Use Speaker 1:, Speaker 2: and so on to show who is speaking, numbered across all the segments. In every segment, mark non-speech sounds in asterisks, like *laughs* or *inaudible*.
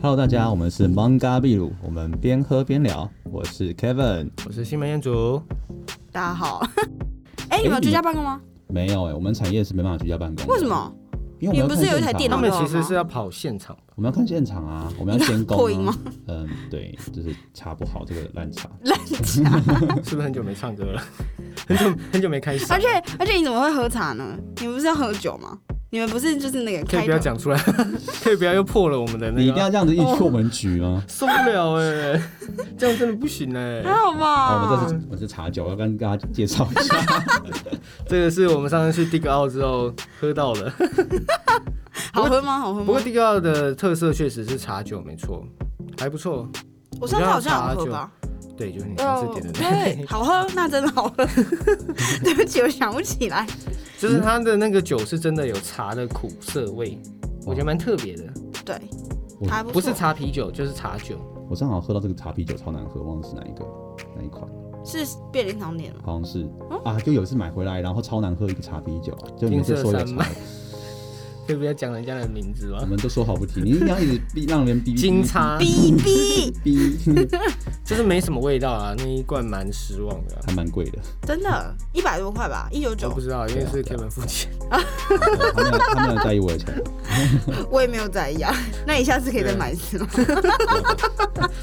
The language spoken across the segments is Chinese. Speaker 1: Hello，大家，我们是 Manga 秘鲁，我们边喝边聊。我是 Kevin，
Speaker 2: 我是新门彦祖。
Speaker 3: 大家好。 *laughs* 哎、你们有
Speaker 1: 哎
Speaker 3: 居家办公吗？
Speaker 1: 没有哎、我们产业是没办法居家办公的。
Speaker 3: 为什么？
Speaker 1: 因为我们要
Speaker 3: 你们不是
Speaker 1: 看
Speaker 3: 有一台
Speaker 1: 现
Speaker 3: 电
Speaker 1: 场
Speaker 3: 脑
Speaker 2: 他
Speaker 1: 啊
Speaker 2: 们其实是要跑现场吧？
Speaker 1: 我们要看现场啊，我们要
Speaker 3: 你
Speaker 1: 监
Speaker 3: 扩
Speaker 1: 工、
Speaker 3: 音
Speaker 1: 啊
Speaker 3: 吗。
Speaker 1: 嗯，对，就是查不好这个烂茶。
Speaker 3: 烂茶。
Speaker 2: 是不是很久没唱歌了？ *laughs* 很久很久没开始，
Speaker 3: *laughs* 而且而且你怎么会喝茶呢？你们不是要喝酒吗？你们不是就是那个
Speaker 2: 可以
Speaker 3: 开
Speaker 2: 不要
Speaker 3: 头？
Speaker 2: 讲出来， *laughs* 可以不要又破了我们的
Speaker 1: 你一定
Speaker 2: 那个
Speaker 1: 要
Speaker 2: 啊，
Speaker 1: 这样子一出我们局吗？
Speaker 2: 受不了哎、这样真的不行哎、
Speaker 3: 还好
Speaker 1: 啊，我们
Speaker 3: 吧。
Speaker 1: 这是我是茶酒，要跟大家介绍一下。
Speaker 2: 这个是我们上次去 Dig Out 之后喝到的。
Speaker 3: 好喝吗？好喝
Speaker 2: 不过
Speaker 3: 吗？
Speaker 2: Dig Out 的特色确实是茶酒，没错，还不错。
Speaker 3: 我上次好像有喝吧。
Speaker 2: 对，就是你上次
Speaker 3: 呃
Speaker 2: 点的，那
Speaker 3: 对，好喝，那真的好喝。对不起，我想不起来。
Speaker 2: *laughs* 就是它的那个酒是真的有茶的苦涩味，我觉得蛮特别的。
Speaker 3: 对
Speaker 1: 我，
Speaker 3: 还不
Speaker 2: 不是
Speaker 3: 错
Speaker 2: 茶啤酒就是茶酒，
Speaker 1: 我上好喝到这个茶啤酒超难喝，忘了是哪一个哪一款，
Speaker 3: 是便利商店吗？
Speaker 1: 好像是
Speaker 3: 哦
Speaker 1: 啊，就有一次买回来，然后超难喝一个茶啤酒，就每次说有
Speaker 2: 金色山
Speaker 1: 茶
Speaker 2: 脉，可以不要讲人家的名字
Speaker 1: 我
Speaker 2: 吗？
Speaker 1: 们都说好不提，你一定要一直逼让人逼
Speaker 2: 金叉
Speaker 3: 哔
Speaker 2: *laughs*
Speaker 3: 哔，
Speaker 1: 逼，
Speaker 2: 就是没什么味道啊，那一罐蛮失望的啊、
Speaker 1: 还蛮贵的。
Speaker 3: 真的，一百多块吧，一九
Speaker 2: 我
Speaker 3: 九
Speaker 2: 不，知道，因为
Speaker 3: 啊
Speaker 2: 是 Kevin 付钱。
Speaker 1: 他没有他没有在意我的钱，
Speaker 3: 我也没有在意啊。那你下次可以再买一次吗？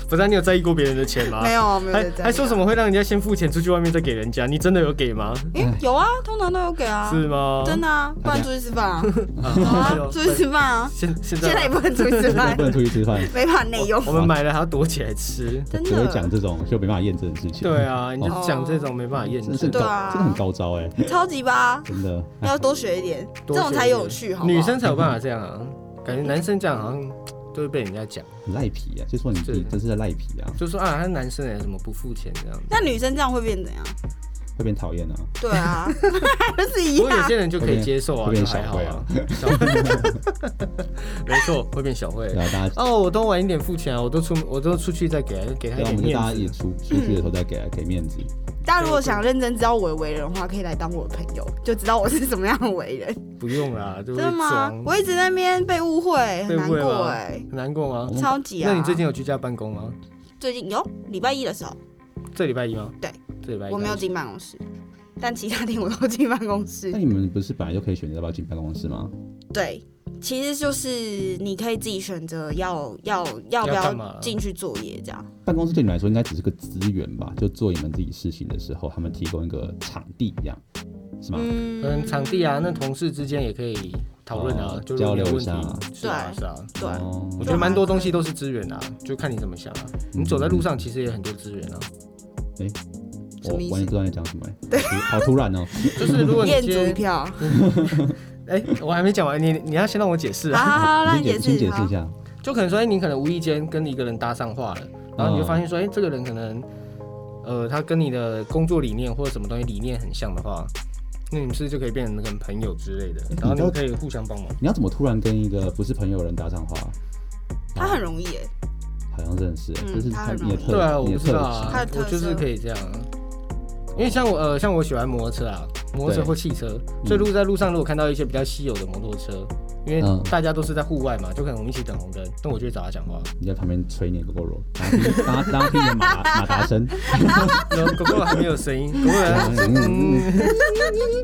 Speaker 2: 不是啊、你有在意过别人的钱吗？
Speaker 3: 没有，啊没有
Speaker 2: 还
Speaker 3: 再在意。
Speaker 2: 还说什么会让人家先付钱出去外面再给人家？你真的有给吗？
Speaker 3: 诶？有啊，通常都有给啊。
Speaker 2: 是吗？
Speaker 3: 真的啊，不然出去吃
Speaker 2: *laughs*
Speaker 3: 饭啊，走啊
Speaker 2: 是哦，
Speaker 3: 出去吃饭啊。
Speaker 2: 现现
Speaker 3: 现在
Speaker 2: 在
Speaker 3: 也不能出去吃
Speaker 1: 我
Speaker 3: 饭
Speaker 1: 不，能出去吃饭，
Speaker 3: 没法内用
Speaker 2: 我，们买了还要躲起来吃。
Speaker 3: 真
Speaker 1: 只会讲
Speaker 3: 的
Speaker 1: 这种就没办法验证的事情。
Speaker 2: 对，啊，你就讲这种没办法验
Speaker 1: 真的
Speaker 2: 证
Speaker 1: 是
Speaker 3: 对
Speaker 1: 高，
Speaker 2: 的，
Speaker 3: 啊
Speaker 1: 真的很高招哎，
Speaker 3: 超级吧，
Speaker 1: 真的。哎
Speaker 3: 要多学一点，这
Speaker 2: 啊多
Speaker 3: 种才
Speaker 2: 学一
Speaker 3: 有
Speaker 2: 点
Speaker 3: 趣，好不好
Speaker 2: 女生才有办法这样啊。感觉男生这样好像都会被人家讲，
Speaker 1: 很赖皮啊，就说你
Speaker 2: 是
Speaker 1: 你真是在赖皮啊，
Speaker 2: 就说啊，他是男生哎，怎么不付钱
Speaker 3: *laughs*
Speaker 2: 这样子？
Speaker 3: 那女生这样会变怎样？
Speaker 1: 会变讨厌啊。
Speaker 3: 对啊，就是一
Speaker 2: 不过有
Speaker 3: 样。
Speaker 2: 些人就可以接受啊，
Speaker 1: 会变
Speaker 2: 就还好啊。小 *laughs* 没错，会变小慧
Speaker 1: 对。啊，大家
Speaker 2: 哦，我都晚一点付钱啊，我都出我都出去再给他哎给他
Speaker 1: 对
Speaker 2: 一
Speaker 1: 啊，我们
Speaker 2: 点
Speaker 1: 就大家
Speaker 2: 面
Speaker 1: 一
Speaker 2: 子。
Speaker 1: 起出出去的时候再给他给面子。
Speaker 3: 大家如果想认真知道我的为人的话，可以来当我的朋友，就知道我是什么样的为人。
Speaker 2: 不用啦，对
Speaker 3: 真
Speaker 2: 不
Speaker 3: 的
Speaker 2: 对？
Speaker 3: 吗？我一直在那边被误会，很
Speaker 2: 被
Speaker 3: 难
Speaker 2: 误会
Speaker 3: 过
Speaker 2: 吗
Speaker 3: 哎，
Speaker 2: 很难过吗？
Speaker 3: 超级啊。
Speaker 2: 那你最近有居家办公吗？
Speaker 3: 最近有礼拜一的时候，
Speaker 2: 这礼拜一吗？
Speaker 3: 对，
Speaker 2: 这礼拜一
Speaker 3: 我没有进办公室，但其他天我都进办公室
Speaker 1: 那。你们不是本来就可以选择要不要进办公室吗？
Speaker 3: 对，其实就是你可以自己选择要要要不
Speaker 2: 要干嘛啊
Speaker 3: 要进去作业这样。
Speaker 1: 办公室对你们来说应该只是个资源吧，就做你们自己事情的时候，他们提供一个场地一样，是吗？
Speaker 3: 嗯，
Speaker 2: 嗯，场地啊，那同事之间也可以讨论啊
Speaker 1: 哦，
Speaker 2: 就如果
Speaker 1: 交流
Speaker 2: 有
Speaker 1: 一
Speaker 2: 问题
Speaker 1: 下，
Speaker 2: 是啊
Speaker 3: 对
Speaker 2: 是啊。
Speaker 3: 对，
Speaker 1: 哦
Speaker 2: 我觉得蛮多东西都是资源啊，就看你怎么想啊。
Speaker 1: 嗯
Speaker 2: 你走在路上其实也很多资
Speaker 3: *laughs*
Speaker 2: 源啊，
Speaker 3: 什
Speaker 1: 我
Speaker 3: 么意思
Speaker 1: 完全不知道你在讲什么、欸，对，好突然哦、
Speaker 2: 就是如果你
Speaker 3: 验
Speaker 2: 今
Speaker 3: 足一
Speaker 2: 天
Speaker 3: 票。好
Speaker 2: 哎，我还没讲完，你你要先让我解释啊。
Speaker 3: 好
Speaker 1: *laughs*
Speaker 3: 好，那
Speaker 1: 你
Speaker 3: 你
Speaker 1: 先
Speaker 3: 解
Speaker 1: 解先
Speaker 3: 释
Speaker 1: 解释
Speaker 3: 好
Speaker 1: 一。下，
Speaker 2: 就可能说，哎、你可能无意间跟一个人搭上话了，然后你就发现
Speaker 1: 嗯
Speaker 2: 说，哎、这个人可能，呃，他跟你的工作理念或者什么东西理念很像的话，那你们是不是就可以变成跟朋友之类的，
Speaker 1: 嗯
Speaker 2: 然后你们可以互相帮忙。
Speaker 1: 你要怎么突然跟一个不是朋友的人搭上话？
Speaker 3: 他很容易耶，
Speaker 1: 好像认识、欸，
Speaker 3: 嗯
Speaker 1: 这是
Speaker 3: 他
Speaker 1: 他
Speaker 3: 很
Speaker 1: 你的
Speaker 3: 容易
Speaker 1: 特
Speaker 2: 对啊，我
Speaker 1: 你的
Speaker 2: 不知
Speaker 1: 特
Speaker 2: 道
Speaker 1: 质。
Speaker 3: 他
Speaker 2: 啊
Speaker 3: 的，特
Speaker 2: 我
Speaker 3: 色
Speaker 2: 就是可以这样啊。因为像我呃，像我喜欢摩托车啊，摩托车
Speaker 1: 对
Speaker 2: 或汽车，
Speaker 1: 嗯
Speaker 2: 所以如果在路上如果看到一些比较稀有的摩托车，因为
Speaker 1: 嗯
Speaker 2: 大家都是在户外嘛，就可能我们一起等红灯，那我就会找他讲话， *laughs*
Speaker 1: 你在旁边吹你的 g o o 当当当听你的马达马达声，
Speaker 2: 然后狗狗还没有声音，狗狗还
Speaker 1: 嗯嗯嗯嗯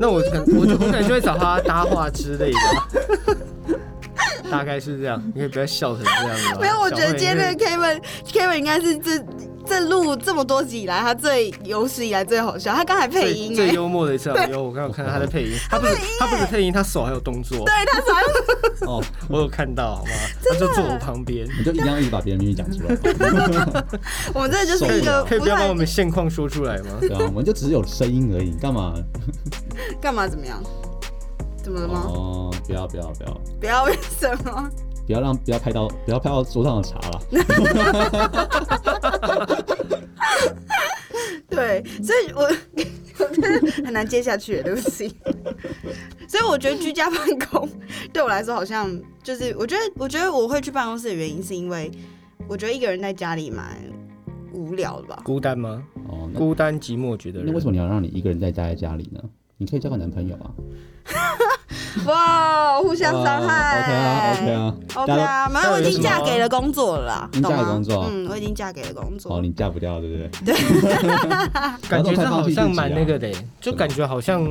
Speaker 2: *laughs* 那我可能我就我可能就会找他搭话之类的， *laughs* 大概是这样。你可以不要笑成这样子吧。
Speaker 3: 没有，我觉得
Speaker 2: 啊小慧
Speaker 3: 今天那个 Kevin Kevin 应该是这这录这么多集以来，他最有史以来最好笑。他刚才配
Speaker 2: 最
Speaker 3: 音
Speaker 2: 最
Speaker 3: 哎，
Speaker 2: 幽默的一次啊，有我刚刚有看到他在配音，他不止他不止配音，他手还有动作，
Speaker 3: 对他
Speaker 2: *laughs*
Speaker 3: 才
Speaker 1: 哦，
Speaker 2: 我有看到，好吗？他就坐我旁边。
Speaker 1: 你就一定要一直把别人秘密讲出来，
Speaker 3: 我们这就是一个
Speaker 2: 可以
Speaker 3: 不啊
Speaker 2: 不要把
Speaker 3: 太
Speaker 2: 我们现况说出来吗？
Speaker 1: 对啊，我们就只是有声音而已，干嘛？
Speaker 3: 干嘛怎么样？怎么了吗？
Speaker 1: 哦，不要不要不要
Speaker 3: 不要 *laughs* 为什么？
Speaker 1: 不要让不要拍到不要拍到桌上的茶了，
Speaker 3: 对，所以我我真的很难接下去，对不起。所以我觉得居家办公对我来说好像就是，我觉得我觉得我会去办公室的原因是因为我觉得一个人在家里蛮无聊的吧。
Speaker 2: 孤单吗？
Speaker 1: 哦，那
Speaker 2: 孤单寂寞觉得
Speaker 1: 那
Speaker 2: 人
Speaker 1: 为什么你要让你一个人在待在家里呢？你可以交个男朋友啊，
Speaker 3: 哇，互相伤害。
Speaker 1: OK 啊，OK 啊。
Speaker 3: OK 啊，没有，我已经嫁给了工作了啦，
Speaker 1: 已经
Speaker 3: 懂
Speaker 1: 嫁给
Speaker 3: 吗
Speaker 1: 工作
Speaker 3: 嗯，我已经嫁给了工
Speaker 1: 哦，
Speaker 3: 作。
Speaker 1: 你嫁不掉，对不对？然后
Speaker 2: 感觉
Speaker 1: 都
Speaker 2: 这
Speaker 1: 快放
Speaker 2: 好
Speaker 1: 弃自己啊
Speaker 2: 像蛮那个的欸，就感觉好像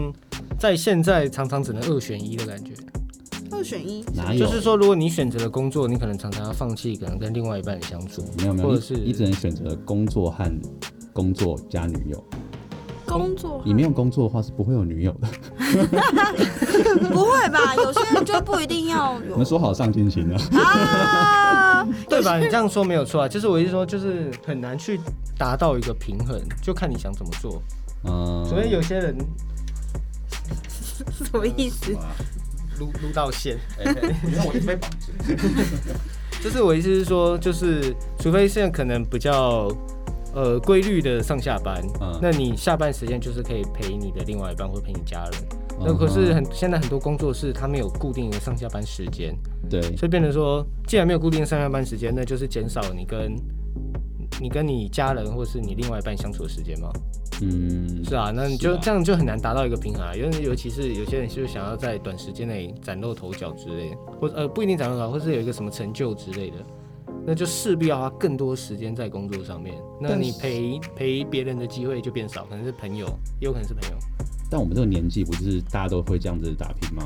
Speaker 2: 在现在常常只能二选一的感觉。
Speaker 3: 二选一，
Speaker 1: 哪有？
Speaker 2: 就是说，如果你选择了工作，你可能常常要放弃可能跟另外一半的相处。
Speaker 1: 没有没
Speaker 2: 或
Speaker 1: 有，
Speaker 2: 者
Speaker 1: 你
Speaker 2: 是
Speaker 1: 你只能选择工作和工作加女友。
Speaker 3: 工作
Speaker 1: 你没有工作的话是不会有女友的。
Speaker 3: 不会吧？有些人就不一定
Speaker 1: *laughs*
Speaker 3: 要
Speaker 1: 我
Speaker 3: 有
Speaker 1: 们说好上进
Speaker 2: *laughs*
Speaker 1: 心啊，
Speaker 3: 啊，
Speaker 2: 对吧？你这样说没有错啊，就是我意思说，就是很难去达到一个平衡，就看你想怎么做。
Speaker 1: 嗯，
Speaker 2: 所以有些人
Speaker 3: 什么意思？
Speaker 2: 撸撸到线，
Speaker 4: 哎你看我一直被绑住。
Speaker 2: *laughs* 就是我意思是说，就是除非现在可能比较呃规律的上下班，
Speaker 1: 嗯
Speaker 2: 那你下班时间就是可以陪你的另外一半或陪你家人。
Speaker 1: 嗯
Speaker 2: 那可是很现在很多工作室它没有固定的上下班时间，
Speaker 1: 对，
Speaker 2: 所以变成说，既然没有固定上下班时间，那就是减少你跟你跟你家人或是你另外一半相处的时间嘛。
Speaker 1: 嗯，
Speaker 2: 是啊，那你
Speaker 1: 是
Speaker 2: 就
Speaker 1: 啊
Speaker 2: 这样就很难达到一个平衡啊。尤尤其是有些人就想要在短时间内崭露头角之类的，或呃不一定崭露头角，或是有一个什么成就之类的，那就势必要花更多时间在工作上面。那
Speaker 1: 但
Speaker 2: 你
Speaker 1: 是
Speaker 2: 陪陪别人的机会就变少，可能是朋友，也有可能是朋友，
Speaker 1: 但我们这个年纪不就是大家都会这样子打拼吗？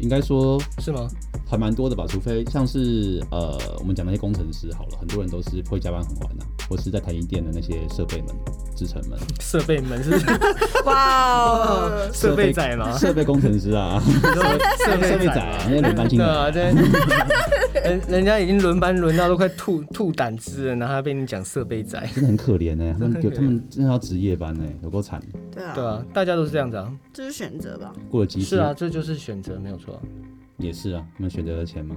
Speaker 1: 应该说
Speaker 2: 是
Speaker 1: *laughs*
Speaker 2: 吗？
Speaker 1: 还蛮多的吧，除非像是呃，我们讲那些工程师好了，很多人都是会加班很晚啊，或是在台积电的那些设备们、制程们、
Speaker 2: 设备门是
Speaker 3: *laughs* 哇哦，
Speaker 2: *laughs* 设备仔吗？
Speaker 1: 设备工程师啊， *laughs*
Speaker 2: 你说设
Speaker 1: 设备
Speaker 2: 备
Speaker 1: 仔
Speaker 2: 仔
Speaker 1: 啊
Speaker 2: 啊，
Speaker 1: 那些轮班进
Speaker 2: 对
Speaker 1: 来
Speaker 2: 啊，
Speaker 1: 啊，
Speaker 2: 对， *laughs* 人人家已经轮班轮到都快吐吐胆汁了，然后还被你讲设备仔，
Speaker 1: 真的很可怜呢、他们
Speaker 2: 真的很可
Speaker 1: 有
Speaker 2: 怜
Speaker 1: 他们真的要值夜班呢、有够惨，
Speaker 3: 对
Speaker 2: 对
Speaker 3: 啊，
Speaker 2: 啊，大家都是这样子啊，
Speaker 3: 这是选择吧？
Speaker 1: 过了几
Speaker 2: 是
Speaker 1: 十
Speaker 2: 啊，这就是选择，没有错啊，
Speaker 1: 也是啊，他们选择了钱嘛。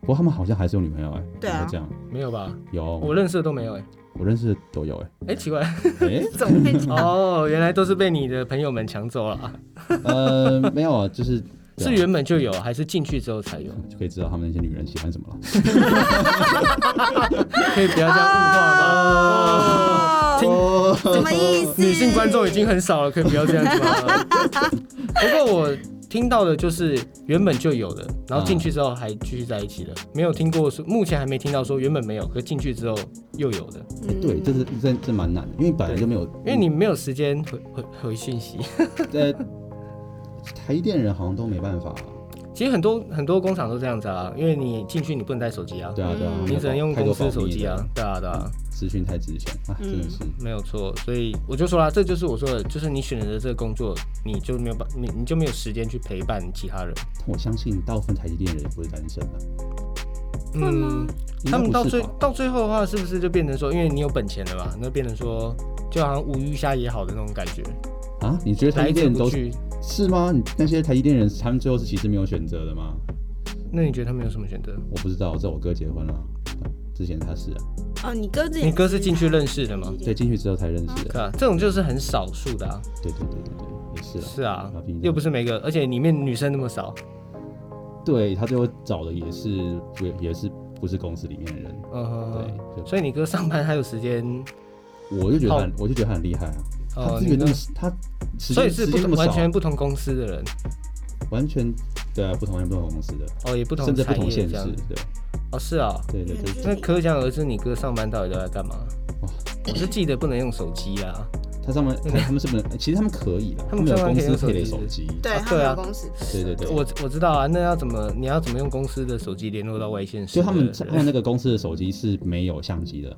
Speaker 1: 不过他们好像还是有女朋友哎、
Speaker 3: 对
Speaker 1: 有
Speaker 3: 啊
Speaker 1: 没有这样
Speaker 2: 没有吧？
Speaker 1: 有
Speaker 2: 我
Speaker 1: 我
Speaker 2: 认识的都没有哎，
Speaker 1: 认识的都
Speaker 3: *laughs*
Speaker 1: 有哎、
Speaker 2: 哎，
Speaker 1: *laughs*
Speaker 2: 奇怪，
Speaker 1: 哎、
Speaker 3: 怎么会
Speaker 2: *laughs*
Speaker 3: 这样？
Speaker 2: 哦，原来都是被你的朋友们抢走了啊，
Speaker 1: 呃，没有啊，就是对啊
Speaker 2: 是原本就有，还是进去之后
Speaker 1: *laughs*
Speaker 2: 才有？
Speaker 1: 就可以知道他们那些女人喜欢什么了。
Speaker 2: 可以不要这样物化吗？
Speaker 3: 哦
Speaker 2: 听
Speaker 3: 什么意
Speaker 2: *laughs*
Speaker 3: 思？
Speaker 2: 女性观众已经很少了，可以不要这样子吗？不过我听到的就是原本就有的，然后进去之后还继续在一起的，没有听过说，目前还没听到说原本没有，可进去之后又有的，
Speaker 1: 哎、对，
Speaker 3: 嗯
Speaker 1: 这是这这蛮难的，因为本来就没有，
Speaker 2: 因为你没有时间回回回讯息。 *laughs*
Speaker 1: 呃，台电人好像都没办法、啊
Speaker 2: 其实很多很多工厂都这样子啊，因为你进去你不能带手机啊，
Speaker 1: 对啊，对啊，
Speaker 3: 嗯
Speaker 1: 他们
Speaker 2: 你只能用
Speaker 1: 太
Speaker 2: 公
Speaker 1: 多
Speaker 2: 司手
Speaker 1: 保密的
Speaker 2: 机啊，，对啊对啊。
Speaker 1: 资讯太值钱啊，
Speaker 3: 嗯
Speaker 1: 真的是。
Speaker 2: 没有错，所以我就说啦，这就是我说的，就是你选择的这个工作，你就没有办，你你就没有时间去陪伴其他人。
Speaker 1: 但我相信大部分台积电人也不是单身的、
Speaker 3: 会吗
Speaker 2: 嗯，他们
Speaker 1: 应该
Speaker 2: 到
Speaker 1: 不是
Speaker 2: 最
Speaker 1: 吧
Speaker 2: 到最后的话，是不是就变成说，因为你有本钱了嘛，那变成说，就好像无鱼虾也好的那种感觉，
Speaker 1: 啊？你觉得台
Speaker 2: 来
Speaker 1: 积
Speaker 2: 者
Speaker 1: 电人
Speaker 2: 不
Speaker 1: 都
Speaker 2: 拒。
Speaker 1: 是吗？你那些台积电人，他们最后是其实没有选择的吗？
Speaker 2: 那你觉得他们有什么选择？
Speaker 1: 我不知道，这我哥结婚了、之前他是、啊、
Speaker 3: 哦，你哥自己，嗯
Speaker 2: 你哥是进去认识的吗？
Speaker 1: 对啊进去之后才认识
Speaker 2: 对
Speaker 1: 的，
Speaker 2: 啊，这种就是很少数的啊。
Speaker 1: 对对对对对，也是啊。
Speaker 2: 是啊
Speaker 1: 啊毕竟，
Speaker 2: 又不是每个，而且里面女生那么少。
Speaker 1: 对他最后找的也是不也是不是公司里面的人，
Speaker 2: 嗯哼，
Speaker 1: 对，就
Speaker 2: 所以你哥上班还有时间，
Speaker 1: 我就觉得他
Speaker 2: 好
Speaker 1: 很我就觉得他很厉害啊，他
Speaker 2: 哦，
Speaker 1: 资
Speaker 2: 你
Speaker 1: 源那
Speaker 2: 哥
Speaker 1: 么，他时
Speaker 2: 所以
Speaker 1: 间
Speaker 2: 是
Speaker 1: 时
Speaker 2: 不
Speaker 1: 间那
Speaker 2: 同
Speaker 1: 么
Speaker 2: 完
Speaker 1: 少，啊
Speaker 2: 全不同公司的人，
Speaker 1: 完全对啊，不同人不同公司的，
Speaker 2: 哦，也不同
Speaker 1: 甚至不
Speaker 2: 产
Speaker 1: 同
Speaker 2: 业
Speaker 1: 县
Speaker 2: 这样
Speaker 1: 市。，
Speaker 2: 哦，是啊，
Speaker 1: 对对对对，
Speaker 2: 那可想而知，你哥上班到底都在干嘛？
Speaker 1: 哇
Speaker 2: 我是记得不能用手机啊。
Speaker 1: 他上面他他们是不能，其实他们可以的，
Speaker 2: 他
Speaker 1: 他
Speaker 2: 们
Speaker 1: 们有
Speaker 2: 上班
Speaker 1: 公
Speaker 2: 可以
Speaker 1: 司
Speaker 2: 用
Speaker 1: 配的
Speaker 2: 手
Speaker 1: 手机，
Speaker 3: 对，
Speaker 2: 啊
Speaker 3: 他
Speaker 2: 对
Speaker 3: 们
Speaker 2: 啊
Speaker 3: 有公司
Speaker 1: 对对对，
Speaker 2: 我我知道啊，那要怎么？你要怎么用公司的手机联络到外线室
Speaker 1: 就
Speaker 2: 的人？
Speaker 1: 他们他们那个公司的手机是没有相机的，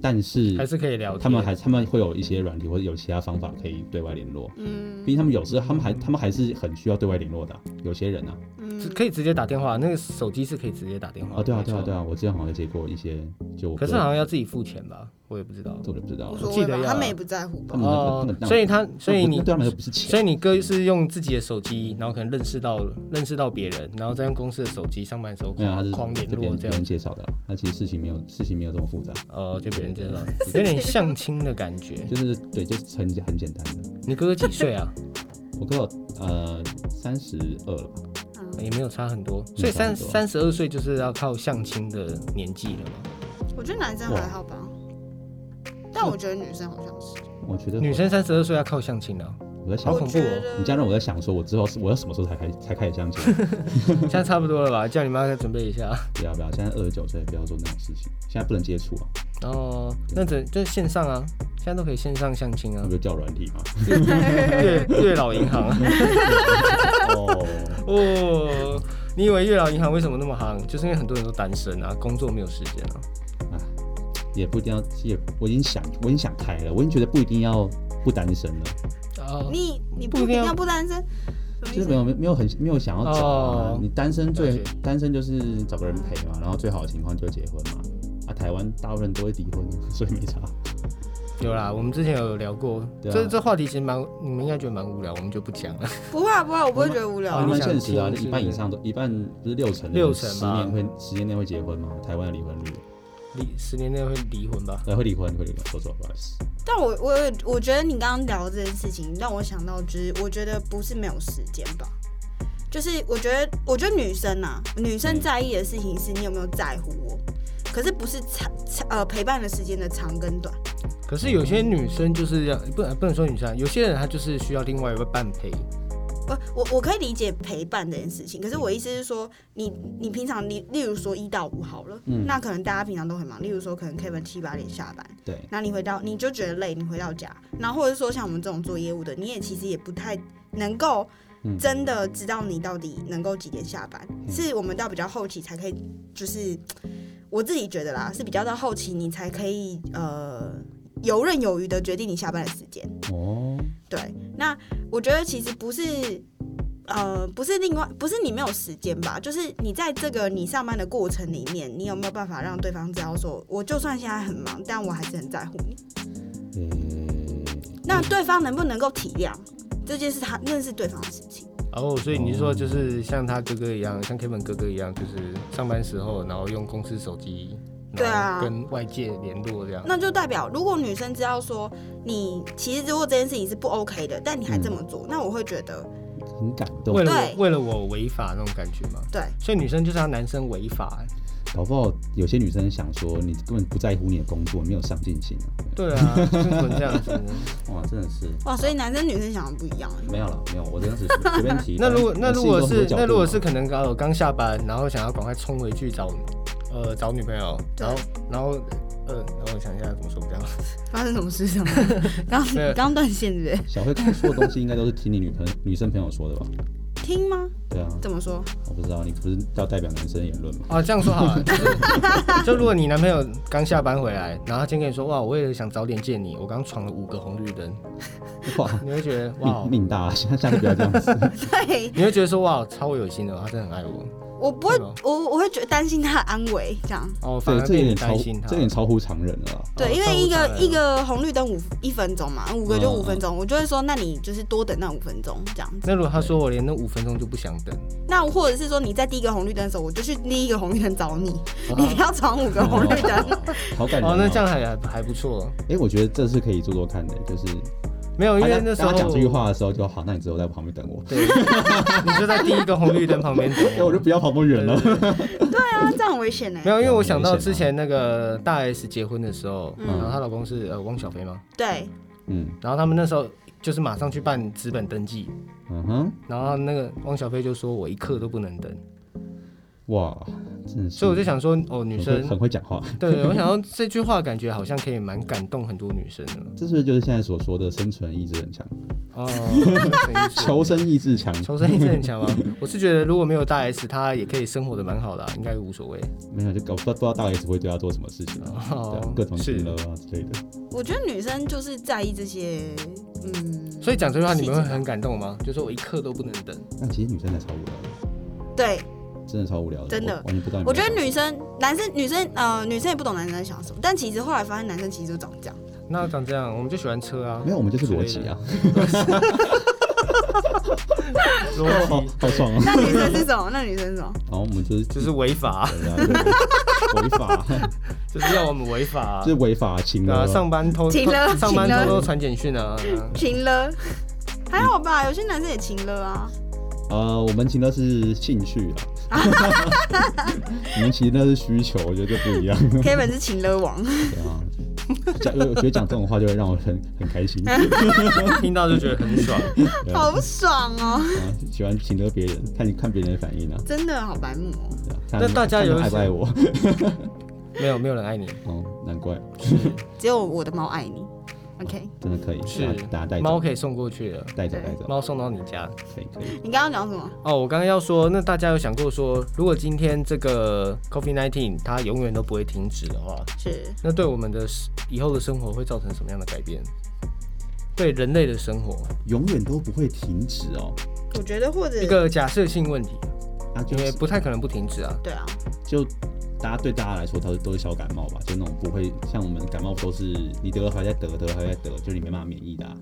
Speaker 1: 但是
Speaker 2: 还是可以聊天。
Speaker 1: 他们还他们会有一些软体或者有其他方法可以对外联络，
Speaker 3: 嗯
Speaker 1: 毕竟他们有时候他们还他们还是很需要对外联络的啊，有些人啊，
Speaker 2: 只
Speaker 3: 嗯，
Speaker 2: 可以直接打电话，那个手机是可以直接打电话。
Speaker 1: 啊对啊对啊对
Speaker 2: 啊。
Speaker 1: 啊，我之前好像接过一些，就我
Speaker 2: 可是
Speaker 1: 哥
Speaker 2: 好像要自己付钱吧？我也不知道。
Speaker 1: 这我就不知道
Speaker 3: 无
Speaker 1: 了，
Speaker 3: 所
Speaker 2: 我
Speaker 3: 谓
Speaker 2: 记得
Speaker 3: 吧，
Speaker 2: 要啊
Speaker 3: 他们也不在乎吧
Speaker 1: 啊他？们那个那个
Speaker 2: 所以他，所
Speaker 1: 那
Speaker 2: 以
Speaker 1: 不
Speaker 2: 你
Speaker 1: 那，对他啊们来说不是钱，
Speaker 2: 所以你哥是用自己的手机，然后可能认识到认识到别人，然后再用公司的手机上班的时候
Speaker 1: 没有他
Speaker 2: 狂
Speaker 1: 是
Speaker 2: 狂联
Speaker 1: 这
Speaker 2: 络
Speaker 1: 边
Speaker 2: 这
Speaker 1: 别
Speaker 2: 样
Speaker 1: 人。介绍的啦，他其实事情没有事情没有这么复杂，
Speaker 2: 哦，就别人介绍，有点相亲的感觉。
Speaker 1: 就是对就是很很简单的。
Speaker 2: 你哥哥几岁啊？ *laughs*
Speaker 1: 我哥有呃三十二了吧，
Speaker 3: 嗯
Speaker 2: 也没有差很多，
Speaker 1: 没
Speaker 2: 所以
Speaker 1: 差很
Speaker 2: 三
Speaker 1: 多
Speaker 2: 三十二岁就是要靠相亲的年纪了嘛。
Speaker 3: 我觉得男生还好吧，但我觉得女生好像是，
Speaker 1: 我觉得 *laughs*
Speaker 2: 女生三十二岁要靠相亲了、
Speaker 1: 我在想
Speaker 2: 好
Speaker 3: 我
Speaker 2: 恐怖
Speaker 3: 觉
Speaker 2: 哦
Speaker 3: 得
Speaker 1: 你这样让我在想，说我之后是我要什么时候才开才开始这样讲？
Speaker 2: 现在差不多了吧？叫你妈再准备一下。
Speaker 1: *laughs* 不要不要，现在二十九岁，不要做那种事情，现在不能接触啊，
Speaker 2: 然后那只就是线上啊，现在都可以线上相亲啊
Speaker 1: *laughs* 我，就叫软体嘛。
Speaker 2: 月月老银行啊。 *laughs*
Speaker 1: 哦，
Speaker 2: 哦，你以为月老银行为什么那么行？就是因为很多人都单身啊，工作没有时间啊。
Speaker 1: 啊，也不一定要，也我已经想，我已经想开了，我已经觉得不一定要不单身了，
Speaker 2: 哦，
Speaker 3: 你你
Speaker 2: 不
Speaker 3: 不一
Speaker 2: 一定
Speaker 3: 定
Speaker 2: 要
Speaker 3: 要不单身，什么
Speaker 1: 就是
Speaker 3: 意
Speaker 1: 没
Speaker 3: 思？
Speaker 1: 有没有很没有想要找啊。
Speaker 2: 哦
Speaker 1: 你单身最
Speaker 2: 了解
Speaker 1: 单身就是找个人陪嘛，然后最好的情况就结婚嘛。啊，台湾大部分人都会离婚， *laughs* 所以没差。
Speaker 2: 有啦，我们之前有聊过，
Speaker 1: 对啊
Speaker 2: 这这话题其实蛮，你们应该觉得蛮无聊，我们就不讲了。
Speaker 3: 不会啊不会啊，我不会觉得无聊
Speaker 1: 啊，
Speaker 2: 哦
Speaker 3: 啊。
Speaker 2: 你
Speaker 1: 蛮
Speaker 2: 想
Speaker 1: 现实的啊，
Speaker 2: 听
Speaker 1: 一半以上都一半不是六成的人，
Speaker 2: 六成
Speaker 1: 十
Speaker 2: 吧
Speaker 1: 年会十年内会结婚嘛？台湾的离婚率，
Speaker 2: 离十年内会离婚吧？
Speaker 1: 呃，会离婚会离婚，说错了，不好意思。
Speaker 3: 但我我有我觉得你刚刚聊的这件事情让我想到，就是我觉得不是没有时间吧，就是我觉得我觉得女生啊，女生
Speaker 1: 嗯
Speaker 3: 在意的事情是你有没有在乎我，可是不是长长呃陪伴的时间的长跟短。
Speaker 2: 可是有些
Speaker 1: 嗯
Speaker 2: 女生就是要不能不能说女生啊，有些人她就是需要另外一个伴陪。
Speaker 3: 不，呃我我可以理解陪伴这件事情，可是我意思是说，你你平常例例如说一到五好了，
Speaker 1: 嗯
Speaker 3: 那可能大家平常都很忙，例如说可能 Kevin 七八点下班，
Speaker 1: 对，
Speaker 3: 那你回到你就觉得累，你回到家，然后或者说像我们这种做业务的，你也其实也不太能够
Speaker 1: 嗯
Speaker 3: 真的知道你到底能够几点下班，是我们到比较后期才可以，就是我自己觉得啦，是比较到后期你才可以呃游刃有余的决定你下班的时间。
Speaker 1: 哦，
Speaker 3: 对，那我觉得其实不是，呃，不是另外，不是你没有时间吧，就是你在这个你上班的过程里面，你有没有办法让对方知道说，我就算现在很忙，但我还是很在乎你。
Speaker 1: 诶、
Speaker 3: 那对方能不能够体谅这件事他，那是对方的事情。
Speaker 2: 哦，所以你是说就是像他哥哥一样，像 Kevin 哥哥一样，就是上班时候，然后用公司手机，然后
Speaker 3: 对啊
Speaker 2: 跟外界联络
Speaker 1: 嗯
Speaker 2: 这样。
Speaker 3: 那就代表，如果女生知道说你其实如果这件事情是不 OK 的，但你还这么
Speaker 1: 嗯
Speaker 3: 做，那我会觉得
Speaker 1: 很感动
Speaker 2: 为，了
Speaker 3: 对
Speaker 2: 我为了我违法那种感觉吗？
Speaker 3: 对。
Speaker 2: 所以女生就是要男生违法。
Speaker 1: 搞不好有些女生想说，你根本不在乎你的工作，没有上进心啊。
Speaker 2: 对啊，就是纯这样子。
Speaker 1: 哇，真的是
Speaker 3: 哇，所以男生女生想的不一样欸。
Speaker 1: 没有了，没有，我真的是随便
Speaker 2: *laughs*。
Speaker 1: 提
Speaker 2: 那如果
Speaker 1: 反正
Speaker 2: 那如果
Speaker 1: 人
Speaker 2: 是
Speaker 1: 性都很多角度嘛
Speaker 2: 那如果是可能刚我刚下班，然后想要赶快冲回去找呃找女朋友，
Speaker 3: 对
Speaker 2: 然后然后呃，然后我想一下怎么说比较好。
Speaker 3: 发生什么 *laughs* 事情？刚
Speaker 2: 没有
Speaker 3: 刚断线对不
Speaker 1: 小慧刚说的东西，应该都是听你女朋友女生朋友说的吧？
Speaker 3: 对？听吗？
Speaker 1: 对啊，
Speaker 3: 怎么说？
Speaker 1: 我不知道，你不是要代表男生言论吗？
Speaker 2: 啊，这样说好了，就是就如果你男朋友刚下班回来，然后他今天跟你说哇，我为了想早点见你，我刚闯了五个红绿灯，
Speaker 1: 哇，
Speaker 2: 你会觉得哇哦
Speaker 1: 命，命大、啊，下下次不要这样子。
Speaker 3: 对，
Speaker 2: 你会觉得说哇，哦超有心的，他真的很爱我。
Speaker 3: 我不会
Speaker 2: 对
Speaker 1: 嗯
Speaker 2: 吧，
Speaker 3: 我我会觉得担心他的安危，这样。
Speaker 2: 哦， *laughs* 反
Speaker 1: 对，
Speaker 2: 而
Speaker 1: 这有点
Speaker 2: 变得
Speaker 1: 超
Speaker 2: 担心
Speaker 1: 乎，
Speaker 2: 他
Speaker 1: 这有。点超乎常人了啊。
Speaker 3: 对，因
Speaker 2: 照
Speaker 3: 为
Speaker 2: 顾
Speaker 3: 一
Speaker 2: 他
Speaker 3: 个
Speaker 2: 了
Speaker 3: 一个红绿灯五一分钟嘛，五个就
Speaker 1: 嗯
Speaker 3: 五分钟，我就会说，那你就是多等那五分钟这样子。
Speaker 2: 那如果他说我连那五分钟就不想等，
Speaker 3: 那或者是说你在第一个红绿灯的时候，我就去第一个红绿灯找你，你不要闯五 *laughs* 个红绿灯。
Speaker 1: 哦好感人
Speaker 2: 哦，那这样还还还不错。
Speaker 1: 哎、我觉得这是可以做做看的，就是
Speaker 2: 没有，因
Speaker 1: 他
Speaker 2: 为
Speaker 1: 在
Speaker 2: 那时
Speaker 1: 当
Speaker 2: 候
Speaker 1: 他讲这句话的时候就好，那你之后在旁边等我，
Speaker 2: 对，你就在第一个红绿灯
Speaker 1: *laughs*
Speaker 2: 旁边等
Speaker 1: 那我就不要跑那么远了。
Speaker 3: 啊，这样很危险呢
Speaker 2: 没。有，因为我想到
Speaker 1: 很危险啊
Speaker 2: 之前那个大 S 结婚的时候，
Speaker 3: 嗯
Speaker 2: 然后她老公是呃汪小菲嘛，
Speaker 3: 对，
Speaker 1: 嗯
Speaker 2: 然后他们那时候就是马上去办资本登记，
Speaker 1: 嗯哼，
Speaker 2: 然后那个汪小菲就说我一刻都不能等，
Speaker 1: 嗯哇，真的是，
Speaker 2: 所以我就想说哦，女
Speaker 1: 很会
Speaker 2: 生
Speaker 1: 很会讲话，
Speaker 2: 对，我想到这句话感觉好像可以蛮感动很多女生的
Speaker 1: 这是不是就是现在所说的生存意志很强， *laughs*
Speaker 2: 哦，什么意思
Speaker 1: 求生意志强？
Speaker 2: 求生意志很强吗？我是觉得如果没有大 S，她也可以生活的蛮好的啊、应该无所谓。
Speaker 1: 没有，就搞不知道不知道大 S 会对他做什么事情啊，对啊
Speaker 2: 哦，
Speaker 1: 各种
Speaker 2: 是
Speaker 1: 情勒啊之类的。
Speaker 3: 我觉得女生就是在意这些，嗯，
Speaker 2: 所以讲这句话你们会
Speaker 3: 细节吧
Speaker 2: 很感动吗？就说我一刻都不能等。
Speaker 1: 但其实女生才超无聊的，
Speaker 3: 对，
Speaker 1: 真的超无聊的，
Speaker 3: 真的
Speaker 1: 我完全不知道你们
Speaker 3: 我觉得
Speaker 1: 在
Speaker 3: 女生、男生、女生，呃，女生也不懂男生在想什么，但其实后来发现男生其实就长这 *laughs* 样。
Speaker 2: 那长这样，我们就喜欢车啊
Speaker 1: 想，没有，我们就是逻辑啊，*laughs*
Speaker 2: 逻
Speaker 1: 好
Speaker 2: 辑
Speaker 1: 好爽啊！
Speaker 3: 那女生是什么？那女生是什么？
Speaker 1: 然后我们就是
Speaker 2: 就是违法，
Speaker 1: 对啊对违法，
Speaker 2: 就是要我们违法、啊
Speaker 1: 就。是嗯违法情
Speaker 2: 啊，
Speaker 1: 勒。
Speaker 2: 上班偷
Speaker 3: 请了
Speaker 2: 上班
Speaker 3: 请了
Speaker 2: 偷偷传简讯啊，
Speaker 3: 情了， *laughs* 还好吧？有些男生也情了 *laughs* 啊。
Speaker 1: 呃，我们情的是兴趣啊啦，你们其实那是需求，我觉得就不一样。
Speaker 3: Kevin 是情勒王，
Speaker 1: 对啊，讲，我觉得讲这种话就会让我很很开心，
Speaker 2: 啊听到就觉得很
Speaker 1: *laughs*
Speaker 2: 爽。
Speaker 1: 对啊
Speaker 3: *laughs* 好爽哦，
Speaker 1: 啊喜欢请得别人，看你看别人的反应啊。
Speaker 3: 真的好白目哦。
Speaker 1: 对啊看
Speaker 2: 那大家
Speaker 1: 看他
Speaker 2: 有一
Speaker 1: 爱不爱
Speaker 2: 些
Speaker 1: 我？
Speaker 2: 没有没有人爱你，
Speaker 1: 哦，难怪，
Speaker 2: *laughs*
Speaker 3: 只有我的猫爱你，OK？
Speaker 1: 真的可以，
Speaker 2: 是
Speaker 1: 大家大家带
Speaker 2: 猫
Speaker 1: 走，
Speaker 2: 可以送过去的，
Speaker 1: 带走，带走，
Speaker 2: 猫送到你家。
Speaker 1: 可以，可以。
Speaker 3: 你刚刚讲什么？
Speaker 2: 哦，我刚刚要说，那大家有想过说，如果今天这个 COVID nineteen 它永远都不会停止的话，
Speaker 3: 是
Speaker 2: 那对我们的以后的生活会造成什么样的改变？对人类的生活，
Speaker 1: 永远都不会停止哦。
Speaker 3: 我觉得或者
Speaker 2: 一个假设性问题，
Speaker 1: 啊，就
Speaker 2: 因为
Speaker 1: 是
Speaker 2: 不太可能不停止啊。
Speaker 3: 对啊，
Speaker 1: 就大家对大家来说，它都是小感冒吧，就那种不会像我们感冒都是你得了还在得，得了还在得，就是你没办法免疫的、啊。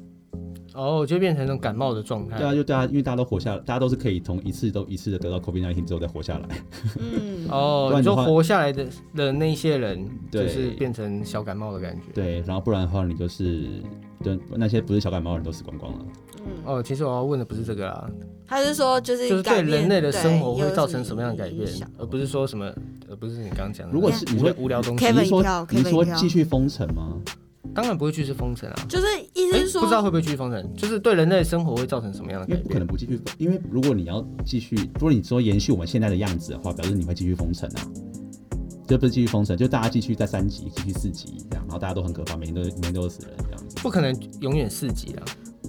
Speaker 2: 哦，就变成那种感冒的状态。
Speaker 1: 对啊，就大家因为大家都活下，大家都是可以从一次都一次的得到 COVID-19 之后再活下
Speaker 2: *laughs*
Speaker 1: 来。
Speaker 3: 嗯，
Speaker 2: 哦
Speaker 1: 不，然
Speaker 2: 你
Speaker 1: 的
Speaker 2: 说
Speaker 1: 话
Speaker 2: 活下来的的那些人，就
Speaker 1: 对
Speaker 2: 是变成小感冒的感觉。
Speaker 1: 对，然后不然的话，你就是对那些不是小感冒的人都死光光了。
Speaker 2: 哦，其实我要问的不是这个啦，
Speaker 3: 他是说就是
Speaker 2: 就是
Speaker 3: 改
Speaker 2: 对
Speaker 3: 变
Speaker 2: 人类的生活
Speaker 3: 对
Speaker 2: 会造成什么样的改
Speaker 3: 有
Speaker 2: 变
Speaker 3: 什么影响，
Speaker 2: 而不是说什么，而不是你刚刚讲的那种。
Speaker 1: 如果是你
Speaker 2: 无聊
Speaker 1: 说
Speaker 2: 无聊东西，
Speaker 1: 你
Speaker 3: Kevin
Speaker 1: 是说
Speaker 3: 票
Speaker 1: 你是说
Speaker 3: Kevin 票
Speaker 1: 继续封城吗？
Speaker 2: 当然不会继续封城啊。
Speaker 3: 就是意思
Speaker 2: 诶
Speaker 3: 是说，
Speaker 2: 不知道会不会继续封城，就是对人类的生活会造成什么
Speaker 3: 啊
Speaker 2: 样的
Speaker 1: 因
Speaker 2: 改
Speaker 1: 为不可
Speaker 2: 变？
Speaker 1: 能不继续封，因为如果你要继续，如果你说延续我们现在的样子的话，表示你会继续封城啊。这不是继续封城，就大家继续在三级、继续四级这样，然后大家都很可怕，每天都每天都有死人这样子。
Speaker 2: 不可能永远四级啊。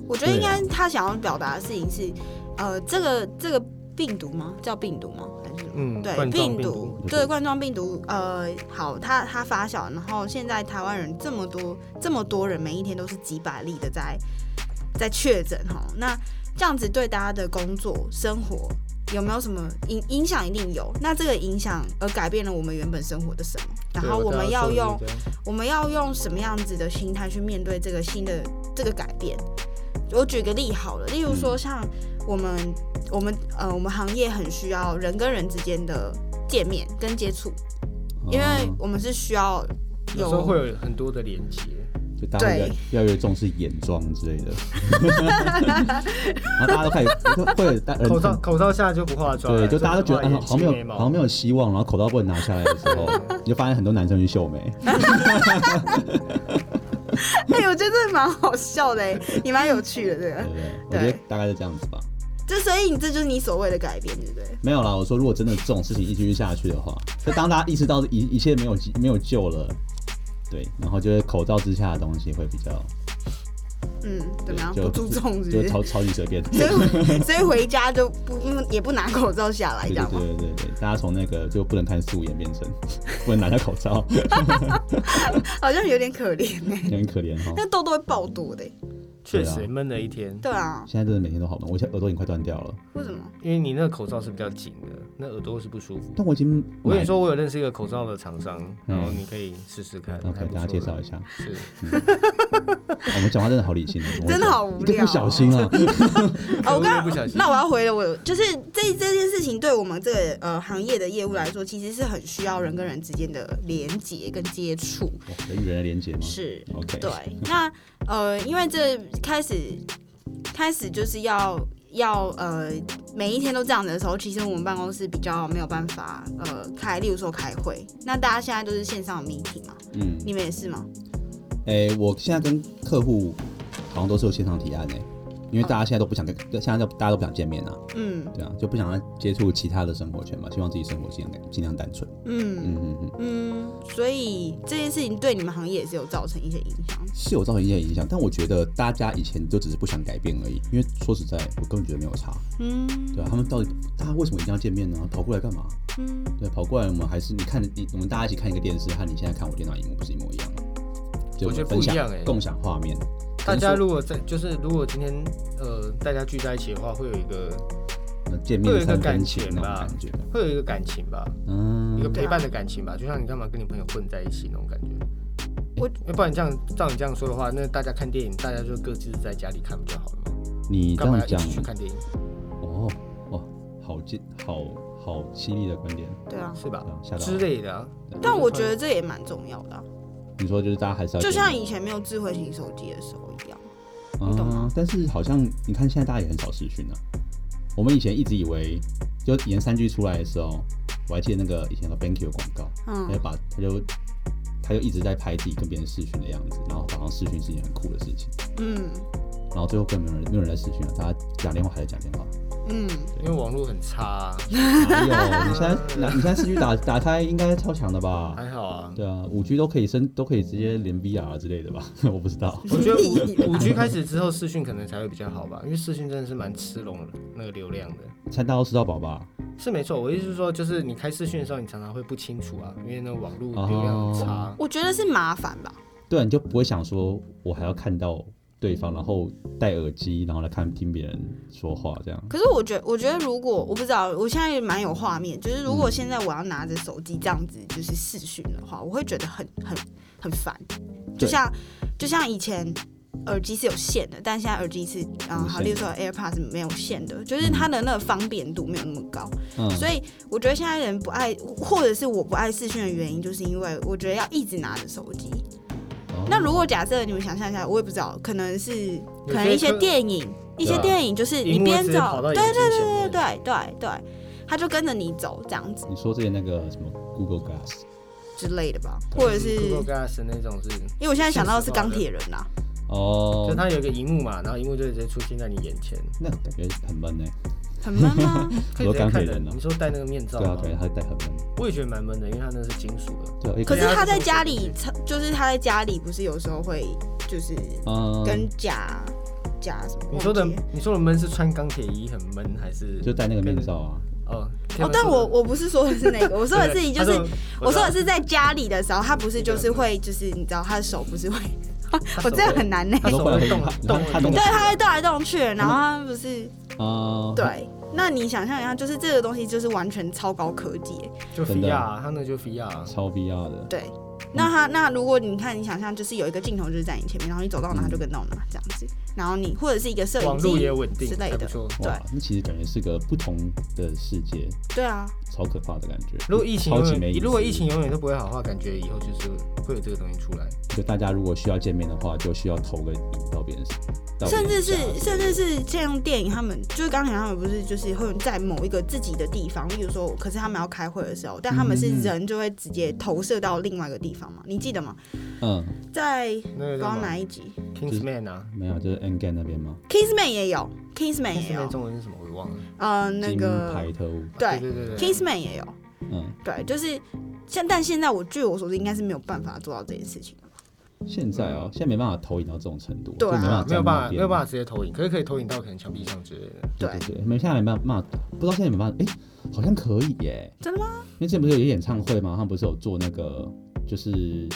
Speaker 3: 我觉得应
Speaker 1: 对啊
Speaker 3: 该他想要表达的事情是，呃，这个这个病毒吗？叫病毒吗？还是什么
Speaker 2: 嗯
Speaker 3: 对，
Speaker 2: 冠状病嗯
Speaker 3: 毒
Speaker 1: 毒，
Speaker 3: 对，冠状病毒，呃，好，它它发小，然后现在台湾人这么多，这么多人，每一天都是几百例的在在确诊哈，那这样子对大家的工作生活有没有什么影影响？一定有。那这个影响而改变了我们原本生活的什么？然后
Speaker 2: 对
Speaker 3: 我们
Speaker 2: 知道
Speaker 3: 要
Speaker 2: 说的
Speaker 3: 用
Speaker 2: 是这样
Speaker 3: 我们要用什么样子的心态去面对这个新的这个改变？我举个例好了，例如说像我们、我们呃我们行业很需要人跟人之间的见面跟接触，因为
Speaker 1: 哦
Speaker 3: 我们是需要
Speaker 2: 有时候会有很多的连接。
Speaker 1: 就大家
Speaker 3: 对
Speaker 1: 越越来越重视眼妆之类
Speaker 3: *laughs*
Speaker 1: 的，然后大家都开始会会有大人
Speaker 2: 口罩
Speaker 1: 很
Speaker 2: 口罩下就不化妆
Speaker 1: 嗯
Speaker 2: 了，
Speaker 1: 对，就大家都觉得
Speaker 2: 就是
Speaker 1: 啊，
Speaker 2: 画眼
Speaker 1: 好像
Speaker 2: 睛
Speaker 1: 没
Speaker 2: 眉
Speaker 1: 有
Speaker 2: 毛
Speaker 1: 好像没有希望，然后口罩不能拿下来的时
Speaker 3: *laughs*
Speaker 1: 候，你就发现很多男生去秀眉，
Speaker 3: *laughs* 哎、我觉得这蛮好笑的、欸，也蛮有趣的这
Speaker 1: 对
Speaker 3: 个。
Speaker 1: 不对？我
Speaker 3: 对
Speaker 1: 觉得大概是这样子吧。
Speaker 3: 这所以你这就是你所谓的改变，对不对？
Speaker 1: 没有啦，我说如果真的这种事情一继续下去的话，就当大家意识到一一切没有没有救了，对，然后就是口罩之下的东西会比较
Speaker 3: 嗯，怎么样？
Speaker 1: 对
Speaker 3: 不
Speaker 1: 就
Speaker 3: 注重是不？
Speaker 1: 就是超超级随
Speaker 3: *laughs*
Speaker 1: 便。
Speaker 3: 所以所以回家就不也不拿口罩下来，
Speaker 1: 对对
Speaker 3: 这样吗？
Speaker 1: 对对对对，大家从那个就不能看素颜变成 *laughs* 不能拿下口罩，
Speaker 3: 好像有点可怜哎、
Speaker 1: 有点可怜哦哈。
Speaker 3: 那痘痘会爆多的欸、
Speaker 2: 确
Speaker 1: 对
Speaker 2: 实
Speaker 1: 啊
Speaker 2: 闷了一天，
Speaker 3: 对啊，
Speaker 1: 现在真的每天都好闷，我现在耳朵已经快断掉了，
Speaker 3: 为什么？
Speaker 2: 因为你那个口罩是比较紧的，那耳朵是不舒服。
Speaker 1: 但我已经
Speaker 2: 我跟你
Speaker 1: 买嗯
Speaker 2: 说，我有认识一个口罩的厂商，然后你可以试试看。还
Speaker 1: ，OK，
Speaker 2: 不
Speaker 1: 大家
Speaker 2: 错
Speaker 1: 介
Speaker 2: 的
Speaker 1: 绍一下。哦
Speaker 2: 是，
Speaker 1: 我们讲话真的好理性哦，
Speaker 3: 真的好无
Speaker 1: 一个
Speaker 3: 聊
Speaker 1: 不小心啊，
Speaker 3: 哦，我
Speaker 2: 可能
Speaker 3: 刚
Speaker 2: 不小心
Speaker 3: 那我要回了，我就是这这件事情对我们这个呃行业的业务来说，其实是很需要人跟人之间的连接跟接触，
Speaker 2: 哦
Speaker 1: 哇人与人的连接吗？
Speaker 3: 是
Speaker 1: OK，
Speaker 3: 对。那呃，因为这开始开始就是要要呃每一天都这样子的时候，其实我们办公室比较没有办法呃开，例如说开会，那大家现在都是线上 meeting 嘛，
Speaker 1: 嗯，
Speaker 3: 你们也是吗？
Speaker 1: 哎、我现在跟客户好像都是有线上提案哎、因为大家现在都不想跟，现在都大家都不想见面啊，
Speaker 3: 嗯
Speaker 1: 对啊，就不想再接触其他的生活圈嘛，希望自己生活尽量尽量单纯。
Speaker 3: 嗯
Speaker 1: 嗯嗯嗯，
Speaker 3: 嗯，所以这件事情对你们行业也是有造成一些影响。
Speaker 1: 是有造成一些影响，但我觉得大家以前就只是不想改变而已，因为说实在，我根本觉得没有差，
Speaker 3: 嗯
Speaker 1: 对啊，他们到底大家为什么一定要见面呢？跑过来干嘛？
Speaker 3: 嗯，
Speaker 1: 对，啊跑过来我们还是你看你我们大家一起看一个电视，和你现在看我电脑荧幕不是一模一样吗？就
Speaker 2: 我觉得
Speaker 1: 们分享
Speaker 2: 不一样欸
Speaker 1: 共享画面，
Speaker 2: 大家如果在就是如果今天呃大家聚在一起的话，会有一个
Speaker 1: 呃见
Speaker 2: 会有
Speaker 1: 面
Speaker 2: 一个
Speaker 1: 三
Speaker 2: 感
Speaker 1: 分情
Speaker 2: 情
Speaker 1: 那种
Speaker 2: 吧
Speaker 1: 感觉吧，
Speaker 2: 会有一个感情吧，
Speaker 1: 嗯
Speaker 2: 一个陪伴的感情吧，就像你干嘛跟你朋友混在一起那种感觉。
Speaker 3: 我
Speaker 2: 要不然你这样照你这样说的话，那大家看电影，大家就各自在家里看不就好了吗？
Speaker 1: 你这
Speaker 2: 干嘛
Speaker 1: 样
Speaker 2: 要一
Speaker 1: 讲，
Speaker 2: 起去看电影
Speaker 1: 哦，哇，好激，好好犀利的观点，
Speaker 3: 对啊。
Speaker 2: 是吧
Speaker 1: 啊？吓到
Speaker 2: 之
Speaker 1: 了。
Speaker 2: 类的啊。
Speaker 3: 但我觉得这也蛮重要的啊、
Speaker 1: 你说就是大家还是要
Speaker 3: 就
Speaker 1: 见
Speaker 3: 像
Speaker 1: 面
Speaker 3: 以前没有智慧型手机的时候一样。
Speaker 1: 啊
Speaker 3: 你懂吗
Speaker 1: 但是好像你看现在大家也很少视讯了、啊我们以前一直以为，就以前三 G 出来的时候，我还记得那个以前的 BenQ 广告，他
Speaker 3: 嗯
Speaker 1: 就把他就他他就一直在拍自己跟别人视讯的样子，然后好像视讯是一件很酷的事情，
Speaker 3: 嗯
Speaker 1: 然后最后根本没有人没有人在视讯了，啊大家讲电话还在讲电话。
Speaker 3: 嗯，
Speaker 2: 因为网络很差、啊，
Speaker 1: 哎呦，你现在拿你现在视讯打打开应该超强的吧？
Speaker 2: 还
Speaker 1: *laughs*
Speaker 2: 好啊。
Speaker 1: 对啊，五 G 都可以升，都可以直接连 VR 之类的吧？ *laughs* 我不知道。
Speaker 2: 我觉得五五 G 开始之后，视讯可能才会比较好吧，因为视讯真的是蛮吃拢的那个流量的。
Speaker 1: 餐大都吃到饱吧？
Speaker 2: 是没错，我意思是说，就是你开视讯的时候，你常常会不清楚啊，因为那网络流量很
Speaker 1: 哦
Speaker 2: 差。
Speaker 3: 我觉得是麻烦吧。
Speaker 1: 对啊，你就不会想说我还要看到对方，然后戴耳机，然后来看听别人说话这样。
Speaker 3: 可是我觉得，我觉得如果我不知道，我现在也蛮有画面，就是如果现在我要拿着手机这样子就是视讯的话，我会觉得很很很烦。就
Speaker 1: 对
Speaker 3: 像就像以前耳机是有线的，但现在耳机是嗯，
Speaker 1: 无
Speaker 3: 好，
Speaker 1: 线
Speaker 3: 例如说 AirPods 是没有线的，就是它的那个方便度没有那么高。
Speaker 1: 嗯，
Speaker 3: 所以我觉得现在人不爱，或者是我不爱视讯的原因，就是因为我觉得要一直拿着手机。
Speaker 1: 哦
Speaker 3: 那如果假设你们想象一下，我也不知道，可能是可
Speaker 2: 有些
Speaker 3: 能一些
Speaker 2: 科
Speaker 3: 电影，一些
Speaker 1: 对啊
Speaker 3: 电影就是你
Speaker 2: 荧幕
Speaker 3: 边
Speaker 2: 直接
Speaker 3: 走
Speaker 2: 跑，到
Speaker 3: 对
Speaker 2: 眼睛前
Speaker 3: 对对对
Speaker 2: 面
Speaker 3: 对对对，他就跟着你走这样子
Speaker 1: 你说这些那个什么 Google Glass
Speaker 3: 之类的吧，或者是
Speaker 2: Google Glass 那种是，
Speaker 3: 因为我现在想到的是钢铁人呐、
Speaker 2: 就
Speaker 1: 哦
Speaker 2: 是，它有一个荧幕嘛，然后荧幕就直接出现在你眼前，
Speaker 1: 那感觉很闷呢、
Speaker 3: 很闷吗？
Speaker 2: 可以直接
Speaker 1: 钢铁
Speaker 2: 看
Speaker 1: 人
Speaker 2: 的。
Speaker 1: 啊
Speaker 2: 你说戴那个面罩
Speaker 1: 对啊，
Speaker 2: 吗？
Speaker 1: 对啊，他戴很闷。
Speaker 2: 我也觉得蛮闷的，因为它那是金属的。
Speaker 1: 对啊，也
Speaker 3: 可
Speaker 1: 以
Speaker 3: 是他在家里，就是他在家里不是有时候会就是
Speaker 1: 嗯，
Speaker 3: 跟假假什么？
Speaker 2: 你说的
Speaker 3: 忘记了
Speaker 2: 你说的闷是穿钢铁衣很闷，还是
Speaker 1: 就戴那个面罩啊。
Speaker 2: 哦？
Speaker 3: 哦，但我我不是说的是那个，我说的是
Speaker 2: 对
Speaker 3: 就是
Speaker 2: 他说
Speaker 3: 我说的是在家里的时候，他不是就是会就是你知道他的手不是会，我这样很
Speaker 2: *laughs*
Speaker 3: 难呢、
Speaker 2: 他手会动动
Speaker 1: 他动
Speaker 3: 对，他会动来动去，然后他不是
Speaker 1: 啊、
Speaker 3: 对。
Speaker 2: 嗯
Speaker 3: 那你想象一下，就是这个东西就是完全超高科技耶，
Speaker 2: 就
Speaker 1: 真的
Speaker 2: VR，他那就 VR，
Speaker 1: 超 VR 的。
Speaker 3: 对。那他
Speaker 2: 嗯
Speaker 3: 那如果你看你想象，就是有一个镜头就是在你前面，然后你走到哪
Speaker 1: 嗯
Speaker 3: 它就跟到哪这样子，然后你或者是一个摄影
Speaker 2: 网络
Speaker 3: 机
Speaker 2: 也稳定
Speaker 3: 之类
Speaker 2: 还
Speaker 3: 的
Speaker 2: 不错。
Speaker 1: 哇，那其实感觉是个不同的世界，
Speaker 3: 对啊，
Speaker 1: 超可怕的感觉。
Speaker 2: 如果疫情
Speaker 1: 超
Speaker 2: 永
Speaker 1: 级没意
Speaker 2: 远
Speaker 1: 思
Speaker 2: 如果疫情永远都不会好的话，感觉以后就是会有这个东西出来。
Speaker 1: 就大家如果需要见面的话，就需要投个影到别人身，到别
Speaker 3: 甚
Speaker 1: 人
Speaker 3: 至是
Speaker 1: 家
Speaker 3: 甚至是像电影，他们就是刚才他们不是就是会在某一个自己的地方，例如说，可是他们要开会的时候，但他们是
Speaker 1: 嗯嗯嗯
Speaker 3: 人就会直接投射到另外一个地方嘛？你记得吗？
Speaker 1: 嗯，
Speaker 3: 在
Speaker 2: 那
Speaker 3: 不
Speaker 2: 个
Speaker 3: 知
Speaker 2: 叫
Speaker 3: 道
Speaker 2: 什
Speaker 3: 哪
Speaker 2: 么
Speaker 3: 一集
Speaker 2: Kingsman 啊
Speaker 1: 没有，就是 N g a n 那边吗？
Speaker 3: ，Kingsman 也有，Kingsman 也
Speaker 2: ，Kingsman
Speaker 3: 有，
Speaker 2: 中文是什么我也忘了。
Speaker 3: 呃，那
Speaker 1: 金
Speaker 3: 个
Speaker 1: 牌特务，
Speaker 3: 对
Speaker 2: 啊对对对对，
Speaker 3: Kingsman 也有，
Speaker 1: 嗯，
Speaker 3: 对，就是现但现在我据我所知，应该是没有办法做到这件事情。
Speaker 1: 现在哦，现在没办法投影到这种程度，
Speaker 3: 嗯对啊
Speaker 1: 就没办法，
Speaker 2: 没有办法没有办
Speaker 1: 法，
Speaker 2: 法直接投影，可是可以投影到可能墙壁上之类的。
Speaker 1: 对
Speaker 3: 对
Speaker 1: 对对，没现在没办法，不知道现在有没办法，哎，好像可以耶，
Speaker 3: 真的
Speaker 1: 吗？因为之前不是有演唱会吗？他们不是有做那个，就是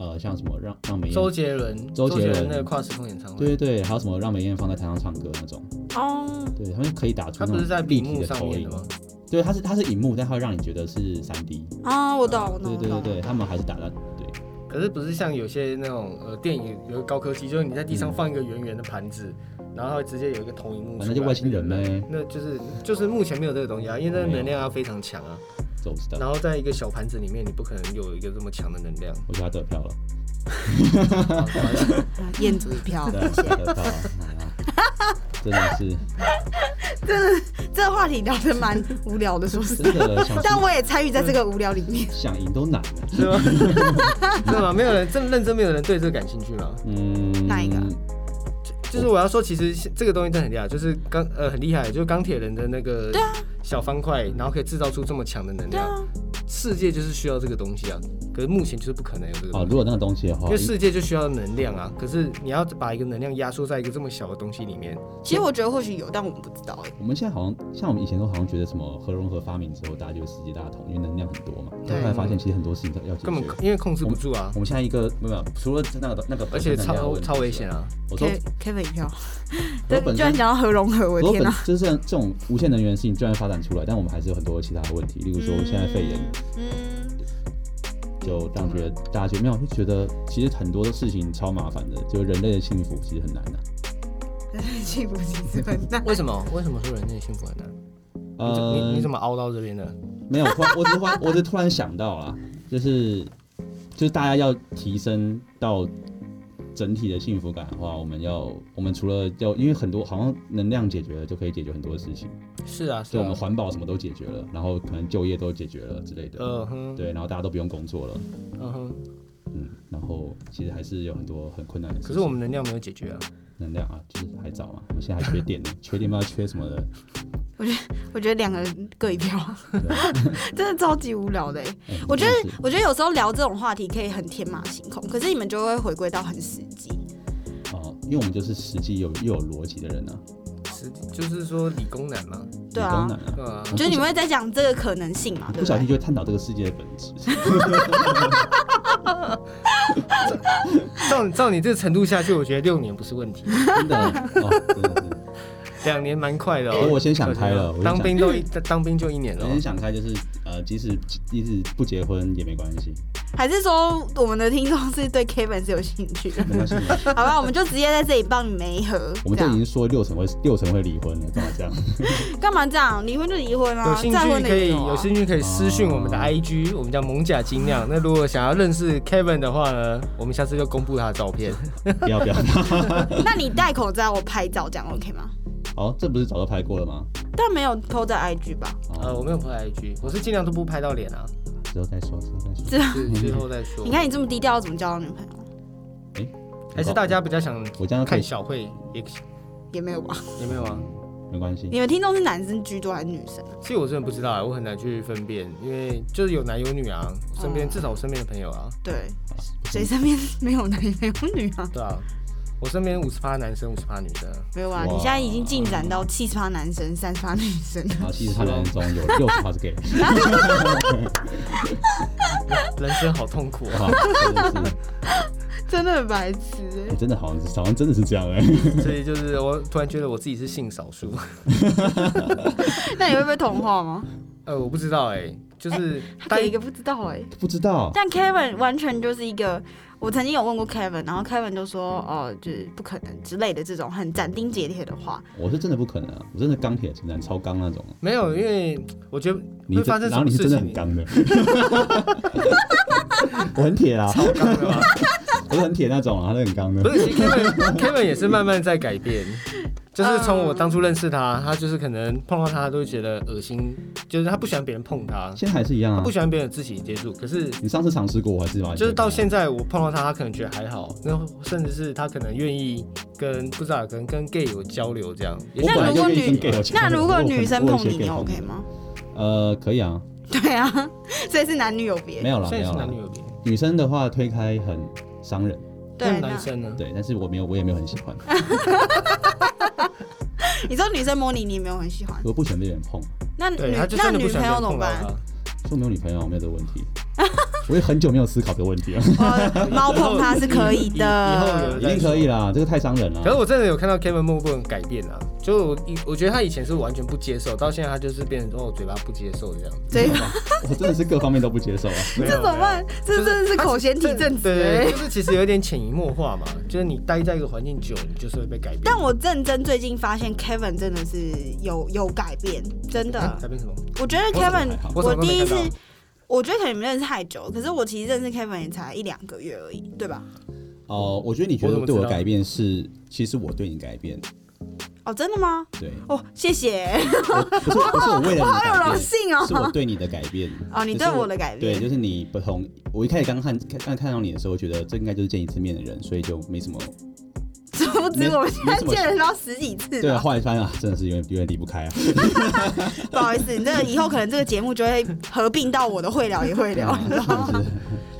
Speaker 1: 呃，像什么让让美
Speaker 2: 周
Speaker 1: 艳，
Speaker 2: 杰伦，
Speaker 1: 周杰伦
Speaker 2: 那个跨时空演唱会，
Speaker 1: 对对对，还有什么让美艳放在台上唱歌那种，
Speaker 3: 哦，
Speaker 1: 对他们可以打出
Speaker 2: 他
Speaker 1: 那
Speaker 2: 不
Speaker 1: 种
Speaker 2: 是在
Speaker 1: 立
Speaker 2: 屏
Speaker 1: 体
Speaker 2: 幕
Speaker 1: 的
Speaker 2: 上
Speaker 1: 投
Speaker 2: 面
Speaker 1: 影
Speaker 2: 的吗？？
Speaker 1: 对，它是它是荧幕，但它会让你觉得是三 D，
Speaker 3: 哦，我懂，我懂，
Speaker 1: 对
Speaker 3: 我
Speaker 1: 对
Speaker 3: 懂
Speaker 1: 对。对，他们还是打到对。
Speaker 2: 可是不是像有些那种呃电影有个高科技，就是你在地上放一个圆圆的盘子，然后它会直接有一个投影幕
Speaker 1: 嗯
Speaker 2: 出来，
Speaker 1: 反正就外星人呗
Speaker 2: 那就是就是目前没有这个东西啊，因为那个能量要非常强啊。
Speaker 1: 这我知道，
Speaker 2: 然后在一个小盘子里面，你不可能有一个这么强的能
Speaker 1: *laughs*
Speaker 2: 量。
Speaker 1: 我觉得他得票了，
Speaker 2: 好不好意思
Speaker 3: 燕嗯子一票，
Speaker 1: 对啊，得票了，哎呀真的
Speaker 3: *laughs*
Speaker 1: 是
Speaker 3: 这话题聊得蛮无聊的，说实在。
Speaker 1: 真的想
Speaker 3: 但我也参与在这个无聊里面。
Speaker 1: 想赢都难了。
Speaker 2: 是吗？ *laughs* 是吗？没有人真认真，没有人对这个感兴趣吗？
Speaker 1: 嗯，
Speaker 3: 哪一个
Speaker 2: 就是我要说，其实这个东西真的很厉害，就是钢呃很厉害，就是钢铁人的那个小方块，然后可以制造出这么强的
Speaker 3: 啊
Speaker 2: 能量。
Speaker 1: 啊
Speaker 2: 世界就是需要这个东西啊，可是目前就是不可能有这个
Speaker 1: 哦，
Speaker 2: 东
Speaker 1: 如
Speaker 2: 西。
Speaker 1: 果那个东西的话
Speaker 2: 因为，世界就需要能量啊，可是你要把一个能量压缩在一个这么小的东西里面，
Speaker 3: 其实我觉得或许有，但我们不知道哎、
Speaker 1: 我们现在好像像我们以前都好像觉得什么核融合发明之后，大家就世界大同，因为能量很多嘛。但
Speaker 3: 对
Speaker 1: 后来发现其实很多事情都要解
Speaker 2: 根本
Speaker 1: 决。
Speaker 2: 因为控制不住啊，
Speaker 1: 我们现在一个没有，没有除了那个那个，
Speaker 2: 而且超超危险。啊。
Speaker 1: 我说
Speaker 3: K Kevin 一票，
Speaker 1: 我
Speaker 3: 对，
Speaker 1: 本
Speaker 3: 居然
Speaker 1: 身
Speaker 3: 讲到核融合，我的
Speaker 1: 我
Speaker 3: 天
Speaker 1: 本
Speaker 3: 啊哪、
Speaker 1: 就是这种无限能源的事情，居然发展出来，但我们还是有很多其他的问题，例如说现在肺炎，
Speaker 3: 嗯，
Speaker 1: 就让觉得大家觉得没有，就觉得其实很多的事情超麻烦的，就人类的幸福其实很难啊的、
Speaker 3: 嗯， *laughs* 幸福其实很难。
Speaker 2: 为什么？为什么说人类幸福很难？啊你怎你
Speaker 1: 呃
Speaker 2: 你，怎么凹到这边的？
Speaker 1: 没有，突然 *laughs* 我只是突然我只是突然想到啦，就是就是大家要提升到整体的幸福感的话，我们要我们除了要因为很多好像能量解决了就可以解决很多事情，
Speaker 2: 是啊，是
Speaker 1: 所以我
Speaker 2: 啊
Speaker 1: 们，环保什么都解决了，然后可能就业都解决了之类的，
Speaker 2: 嗯哼，
Speaker 1: 对，然后大家都不用工作了，
Speaker 2: 嗯哼，
Speaker 1: 后其实还是有很多很困难的事情。
Speaker 2: 可是我们能量没有解决啊。
Speaker 1: 能量啊，就是还早嘛，我们现在还缺电呢，
Speaker 3: *laughs*
Speaker 1: 缺电不知道缺什么的。
Speaker 3: 我觉得两个人各一票，
Speaker 1: 对啊
Speaker 3: *laughs* 真的超级无聊的欸。
Speaker 1: 哎
Speaker 3: 我觉
Speaker 1: 真的
Speaker 3: 得
Speaker 1: 是，
Speaker 3: 我觉得有时候聊这种话题可以很天马行空，可是你们就会回归到很实际。
Speaker 1: 哦，因为我们就是实际有又有逻辑的人啊，
Speaker 2: 实就是说理工男嘛，
Speaker 3: 对
Speaker 1: 理工
Speaker 3: 啊
Speaker 1: 男，啊，
Speaker 2: 对啊，
Speaker 1: 我
Speaker 3: 就是你们会在讲这个可能性嘛，
Speaker 1: 不
Speaker 3: 对不
Speaker 1: 小心
Speaker 3: 对？
Speaker 1: 就会探讨这个世界的本
Speaker 3: *laughs*
Speaker 1: 质。
Speaker 2: *laughs* 照照你这个程度下去，我觉得六年不是问 *laughs* 题，
Speaker 1: 真的哦，真的是。
Speaker 2: 两年蛮快的
Speaker 1: 哎
Speaker 2: 哦。
Speaker 1: 我先想开了嗯我先想
Speaker 2: 我觉得当兵都一当兵就一年了
Speaker 1: 有
Speaker 2: 哦，
Speaker 1: 人想开就是呃，即使即使不结婚也没关系，
Speaker 3: 还是说我们的听众是对 Kevin 是有兴趣
Speaker 1: *laughs*
Speaker 3: 的？
Speaker 1: 没关
Speaker 3: *laughs*
Speaker 1: 系。没关系
Speaker 3: 好吧，我们就直接在这里帮你媒合，
Speaker 1: 我们
Speaker 3: 这
Speaker 1: 都已
Speaker 3: 样
Speaker 1: 经说六成会六成会离婚了，干嘛这
Speaker 3: *laughs*
Speaker 1: 样？
Speaker 3: 干嘛这样？离婚就离婚
Speaker 2: 有
Speaker 3: 啊，
Speaker 2: 兴
Speaker 3: 再婚
Speaker 2: 趣
Speaker 3: 的
Speaker 2: 可
Speaker 3: 也
Speaker 2: 以
Speaker 3: 有
Speaker 2: 有
Speaker 3: 啊。
Speaker 2: 兴趣可以私讯我们
Speaker 1: 嗯
Speaker 2: 的 IG，我们叫蒙甲精酿。那如果想要认识 Kevin 的话呢，我们下次就公布他的照片。
Speaker 1: 不要不要。
Speaker 3: 那你戴口罩，我拍照这样 OK 吗？
Speaker 1: 哦，这不是早就拍过了吗？
Speaker 3: 但没有 PO 在 IG 吧？
Speaker 2: 呃，我
Speaker 1: 哦，
Speaker 2: 没有拍 IG，我是尽量都不拍到脸啊，
Speaker 1: 之后再说，之后再说。
Speaker 2: 是最后再说。
Speaker 3: 你看你这么低调，怎么交到女朋友？
Speaker 2: 还是大家比较想
Speaker 1: 我这样嗯可
Speaker 2: 看
Speaker 1: 以，
Speaker 2: 小慧也
Speaker 3: 也没有吧？ *laughs*
Speaker 2: 有没有啊？
Speaker 1: 没关系。
Speaker 3: 你们听众是男生居多还是女生？
Speaker 2: 其实我真的不知道啊，我很难去分辨，因为就是有男有女啊，我身
Speaker 3: 嗯
Speaker 2: 边、至少我身边的朋友啊，
Speaker 3: 对，谁身边没有男没有女啊？
Speaker 2: 对啊，我身边五十趴男生，五十趴女生啊，
Speaker 3: 没有啊，
Speaker 1: 哇
Speaker 3: 你现在已经进展到七十趴男生，三十趴女生了。 *laughs*
Speaker 1: 好，其实他们中有六十趴是 gay，
Speaker 2: 人生好痛苦啊！
Speaker 3: *laughs*
Speaker 1: 哇，真的是，
Speaker 3: 真的很白痴欸、
Speaker 1: 哎真的好像是，好像真的是这样哎。
Speaker 2: 所以就是我突然觉得我自己是性少数，
Speaker 3: 那你会被同化吗？
Speaker 2: 呃，我不知道哎、就是
Speaker 3: 他
Speaker 2: 单
Speaker 3: 给一个不知道哎、
Speaker 1: *laughs* 不知道，
Speaker 3: 但 Kevin 完全就是一个，我曾经有问过 Kevin，然后 Kevin 就说哦，就是不可能之类的这种很斩钉截铁的话。
Speaker 1: 我是真的不可能啊，我真的钢铁直男，超刚那种。啊
Speaker 2: 没有，因为我觉得
Speaker 1: 你
Speaker 2: 会
Speaker 1: 真
Speaker 2: 发
Speaker 1: 然
Speaker 2: 生什
Speaker 1: 后
Speaker 2: 么
Speaker 1: 你是
Speaker 2: 事
Speaker 1: 真的
Speaker 2: 情
Speaker 1: 很，刚的， *laughs* 我很铁啊，
Speaker 2: 超刚的吗？
Speaker 1: 我是很铁那种啊，他是很刚
Speaker 2: 不
Speaker 1: 的。
Speaker 2: 是，其实 Kevin Kevin 也是慢慢在改变，就是从我当初认识他，他就是可能碰到他他都会觉得恶心，就是他不喜欢别人碰他，
Speaker 1: 现在还是一样
Speaker 2: 他
Speaker 1: 啊
Speaker 2: 不，喜欢别人有肢体接触。可是
Speaker 1: 你上次尝试过我还是吧？
Speaker 2: 就是到现在我碰到他，他可能觉得还好，那甚至是他可能愿意跟不知道可能跟 gay 有交流这样。也
Speaker 1: 我
Speaker 3: 那
Speaker 1: 本来
Speaker 3: 如果
Speaker 1: 就愿意
Speaker 3: 女
Speaker 1: 跟 gay 有交流
Speaker 3: 那如果
Speaker 1: 我很
Speaker 3: 女生
Speaker 1: 我有
Speaker 3: 碰
Speaker 1: 些
Speaker 3: 你，你
Speaker 1: gay 朋
Speaker 3: OK
Speaker 1: 友
Speaker 3: 吗？ *laughs*
Speaker 1: 呃，可以啊，
Speaker 3: 对啊，所以是男女有别
Speaker 1: 没。有啦，
Speaker 2: 现
Speaker 1: 没
Speaker 2: 在
Speaker 1: 有
Speaker 2: 是
Speaker 1: 啦
Speaker 2: 男女。有别，
Speaker 1: 女生的话推开很伤人，
Speaker 3: 对，啊
Speaker 2: 那男
Speaker 3: 那
Speaker 2: 生呢？
Speaker 1: 对，但是我没有，我也没有很喜欢，
Speaker 3: 你说女生摸你，你也没有很喜欢。
Speaker 1: 我不喜欢被人碰，
Speaker 3: 那女
Speaker 2: 对，他就
Speaker 3: 那
Speaker 2: 真的
Speaker 3: 女
Speaker 2: 不喜欢别人
Speaker 3: 朋友怎么
Speaker 2: 碰到
Speaker 3: 办？
Speaker 2: 他。
Speaker 1: 所以我没有女朋友，没有这个问
Speaker 3: *laughs*
Speaker 1: 题。我也很久没有思考这个问题了，
Speaker 2: *laughs*
Speaker 3: 哦，猫碰它是可以
Speaker 2: 啊以后以后
Speaker 3: 的
Speaker 2: 有。
Speaker 1: 一定可以啦，这个太伤人
Speaker 2: 可是
Speaker 1: 了。
Speaker 2: 我真的有看到 Kevin 默默地改变啊，就我以我觉得他以前是完全不接受，到现在他就是变成哦嘴巴不接受这样。
Speaker 3: 对，
Speaker 1: 我 *laughs* 真的是各方面都不接
Speaker 2: *laughs*
Speaker 1: 受啊。
Speaker 2: 没有
Speaker 3: 这怎么办？这真的是口嫌体正直
Speaker 2: 对，
Speaker 3: 欸。
Speaker 2: 就是其实有点潜移默化嘛，就是你待在一个环境久，你就是会被改变。
Speaker 3: 但我认真最近发现 Kevin 真的是有有改变，真
Speaker 2: 啊 *laughs*
Speaker 3: 的。
Speaker 2: 改变什么？
Speaker 3: 我觉得
Speaker 1: 我怎么
Speaker 3: Kevin，
Speaker 1: 还好
Speaker 2: 我怎么都
Speaker 3: 第
Speaker 2: 没
Speaker 3: 一
Speaker 2: 看
Speaker 3: 次
Speaker 2: 到，
Speaker 3: 我觉得可能你们认识太久，可是我其实认识 Kevin 也才一两个月而已，对吧？
Speaker 1: 哦，我觉得你觉
Speaker 2: 我怎
Speaker 1: 得
Speaker 2: 么
Speaker 1: 对我
Speaker 2: 知道
Speaker 1: 改变是，其实我对你改变，
Speaker 3: 哦，真的吗？
Speaker 2: *laughs*
Speaker 1: 对，
Speaker 3: 哦，谢谢， *laughs*
Speaker 1: 不是不是我为了
Speaker 3: 我
Speaker 1: 你
Speaker 3: 好有
Speaker 1: 改
Speaker 3: 荣
Speaker 1: 变，
Speaker 3: 幸
Speaker 2: 啊
Speaker 3: 哦
Speaker 1: 是。我对你的改变。
Speaker 3: 哦，你对我的改
Speaker 1: 对，
Speaker 3: 变，
Speaker 1: 就是你不同。我一开始刚看看看到你的时候，觉得这应该就是见一次面的人，所以就没什么。
Speaker 3: *laughs* 殊不知我们现在
Speaker 1: 没什么
Speaker 3: 见了到十几次
Speaker 1: 对啊，
Speaker 3: 了。
Speaker 1: 后来发现啊，真的是有点有点离不
Speaker 2: *laughs*
Speaker 1: 开啊。
Speaker 3: 不好意思，你这个以后可能这个节目就会合并到我的会聊也会
Speaker 1: *laughs*
Speaker 3: 聊，你知道吗？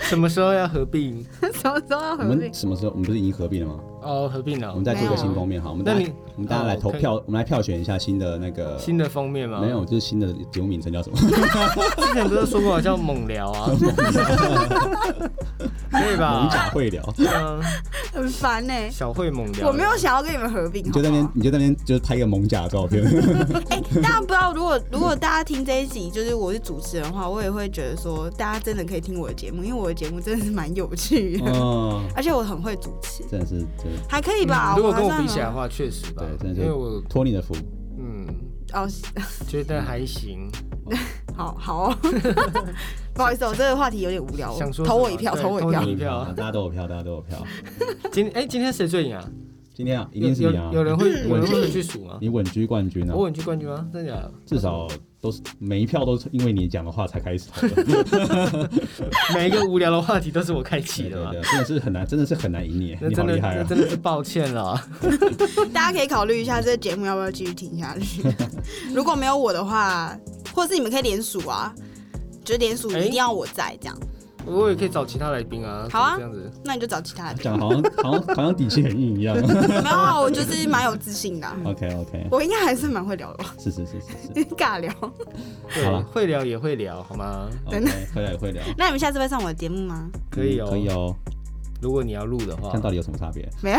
Speaker 1: 是
Speaker 2: 什么时候要合并？
Speaker 3: *laughs* 什么时候要
Speaker 1: 我
Speaker 3: 合并
Speaker 1: 们？什么时候我们不是已经合并了吗？
Speaker 2: 哦，合并了。
Speaker 1: 我们再做一个新封面哈，我们大
Speaker 2: 那
Speaker 1: 家
Speaker 2: 你
Speaker 1: 我们大家来投
Speaker 2: 哦，OK
Speaker 1: 票，我们来票选一下新的那个
Speaker 2: 新的封面吗？
Speaker 1: 没，有，就是新的节目名称叫什么？
Speaker 2: 之前不是说过叫猛聊
Speaker 1: *laughs*
Speaker 2: 啊？可以
Speaker 1: 蒙
Speaker 2: 吧？
Speaker 1: 甲会聊。
Speaker 2: 嗯，
Speaker 3: 很烦呢、欸
Speaker 2: 小慧猛聊。
Speaker 3: 我没有想要跟你们合并，
Speaker 1: 你就在那边，你就在那边，就是拍一个蒙甲的照
Speaker 2: *laughs*
Speaker 1: 片。
Speaker 3: 哎、大家不知道，如果如果大家听这一集，就是我是主持人的话，我也会觉得说，大家真的可以听我的节目，因为我的节目真的是蛮有趣的，
Speaker 2: 哦
Speaker 1: 嗯，
Speaker 3: *laughs* 而且我很会主持，
Speaker 1: *laughs* 真的是，真的
Speaker 3: 还可以吧？
Speaker 2: 嗯如果
Speaker 3: 我还
Speaker 2: 跟我
Speaker 3: 算
Speaker 2: 比起来的
Speaker 3: 蛮，
Speaker 2: 话，确实吧
Speaker 1: 对，真的
Speaker 2: 因
Speaker 1: 是
Speaker 2: 为我
Speaker 1: 托你的福。
Speaker 2: 嗯
Speaker 3: 哦，
Speaker 2: 觉得还行，
Speaker 3: 好好哦， *laughs* 不好意思，我这个话题有点无聊，
Speaker 2: 想说
Speaker 3: 投我
Speaker 2: 什
Speaker 3: 一
Speaker 2: 么
Speaker 3: 票，
Speaker 2: 对
Speaker 3: 投我一
Speaker 1: 啊
Speaker 2: 投
Speaker 3: 票
Speaker 2: 你。一票
Speaker 1: 大家都有票，大家都有票。
Speaker 2: 今哎今天谁最赢啊？
Speaker 1: 今天啊，嗯一
Speaker 2: 有
Speaker 1: 定是
Speaker 2: 有
Speaker 1: 你啊！*laughs*
Speaker 2: 有人会
Speaker 1: 嗯
Speaker 2: 有人会回去数吗？
Speaker 1: 你稳居冠军啊
Speaker 2: 我！稳居冠军吗？真的假的？
Speaker 1: 至少都是每一票都是因为你讲的话才开始投的，
Speaker 2: 每一个无聊的话题都是我开启
Speaker 1: 对对
Speaker 2: 的嘛。
Speaker 1: 对，真的是很难，真的是很难赢你，
Speaker 2: 那
Speaker 1: 你好
Speaker 2: 真的，
Speaker 1: 厉害
Speaker 2: 那
Speaker 1: 啊！
Speaker 2: 真的是抱歉了。
Speaker 3: 大家可以考虑一下这个节目要不要继续听下去。 *laughs* 如果没有我的话，或是你们可以联署啊，就是联署
Speaker 2: 哎
Speaker 3: 一定要我在这样，
Speaker 2: 我也可以找其他来宾啊，
Speaker 3: 好啊
Speaker 2: 这样子。
Speaker 3: 那你就找其他人。
Speaker 1: 讲得好像好像好像底气很硬一样。
Speaker 3: 没有啊，我就是蛮有自信的啊、
Speaker 1: OK *laughs* OK，
Speaker 3: 我应该还是蛮会聊的吧， *laughs*
Speaker 1: 是是是是是
Speaker 3: 尬聊。
Speaker 1: 好啊
Speaker 2: 对，会聊也会聊，好吗？
Speaker 3: 真的
Speaker 1: ，OK，会聊会聊，
Speaker 3: 那你们下次会上我的节目吗？
Speaker 2: *laughs* 可以哦，
Speaker 1: 嗯可以。哦，
Speaker 2: 如果你要录的话
Speaker 1: 看，到底有什么差别？
Speaker 3: 没有。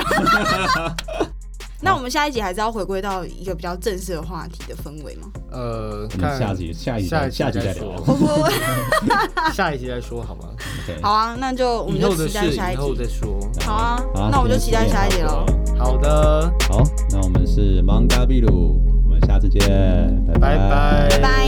Speaker 3: 那我们下一集还是要回归到一个比较正式的话题的氛围吗？
Speaker 2: 呃，
Speaker 1: 我们
Speaker 2: 看
Speaker 1: 下集下一集
Speaker 2: 下
Speaker 1: 再
Speaker 2: 一集
Speaker 1: 下集再
Speaker 2: 再
Speaker 1: 聊。
Speaker 2: 说
Speaker 3: 我
Speaker 2: 下一集再说好吗？
Speaker 1: OK，
Speaker 3: *laughs* 好啊，那就我们
Speaker 2: 以后
Speaker 3: 就
Speaker 2: 的
Speaker 3: 期待
Speaker 2: 事
Speaker 3: 下
Speaker 2: 以
Speaker 3: 一
Speaker 2: 后再
Speaker 3: 集。
Speaker 2: 说。
Speaker 3: 好啊
Speaker 1: 好，
Speaker 3: 那我们就期待下一集喽。
Speaker 2: 好的，
Speaker 1: 好，那我们是 Manga 秘鲁，我们下次见，拜拜
Speaker 2: 拜拜
Speaker 3: 拜拜。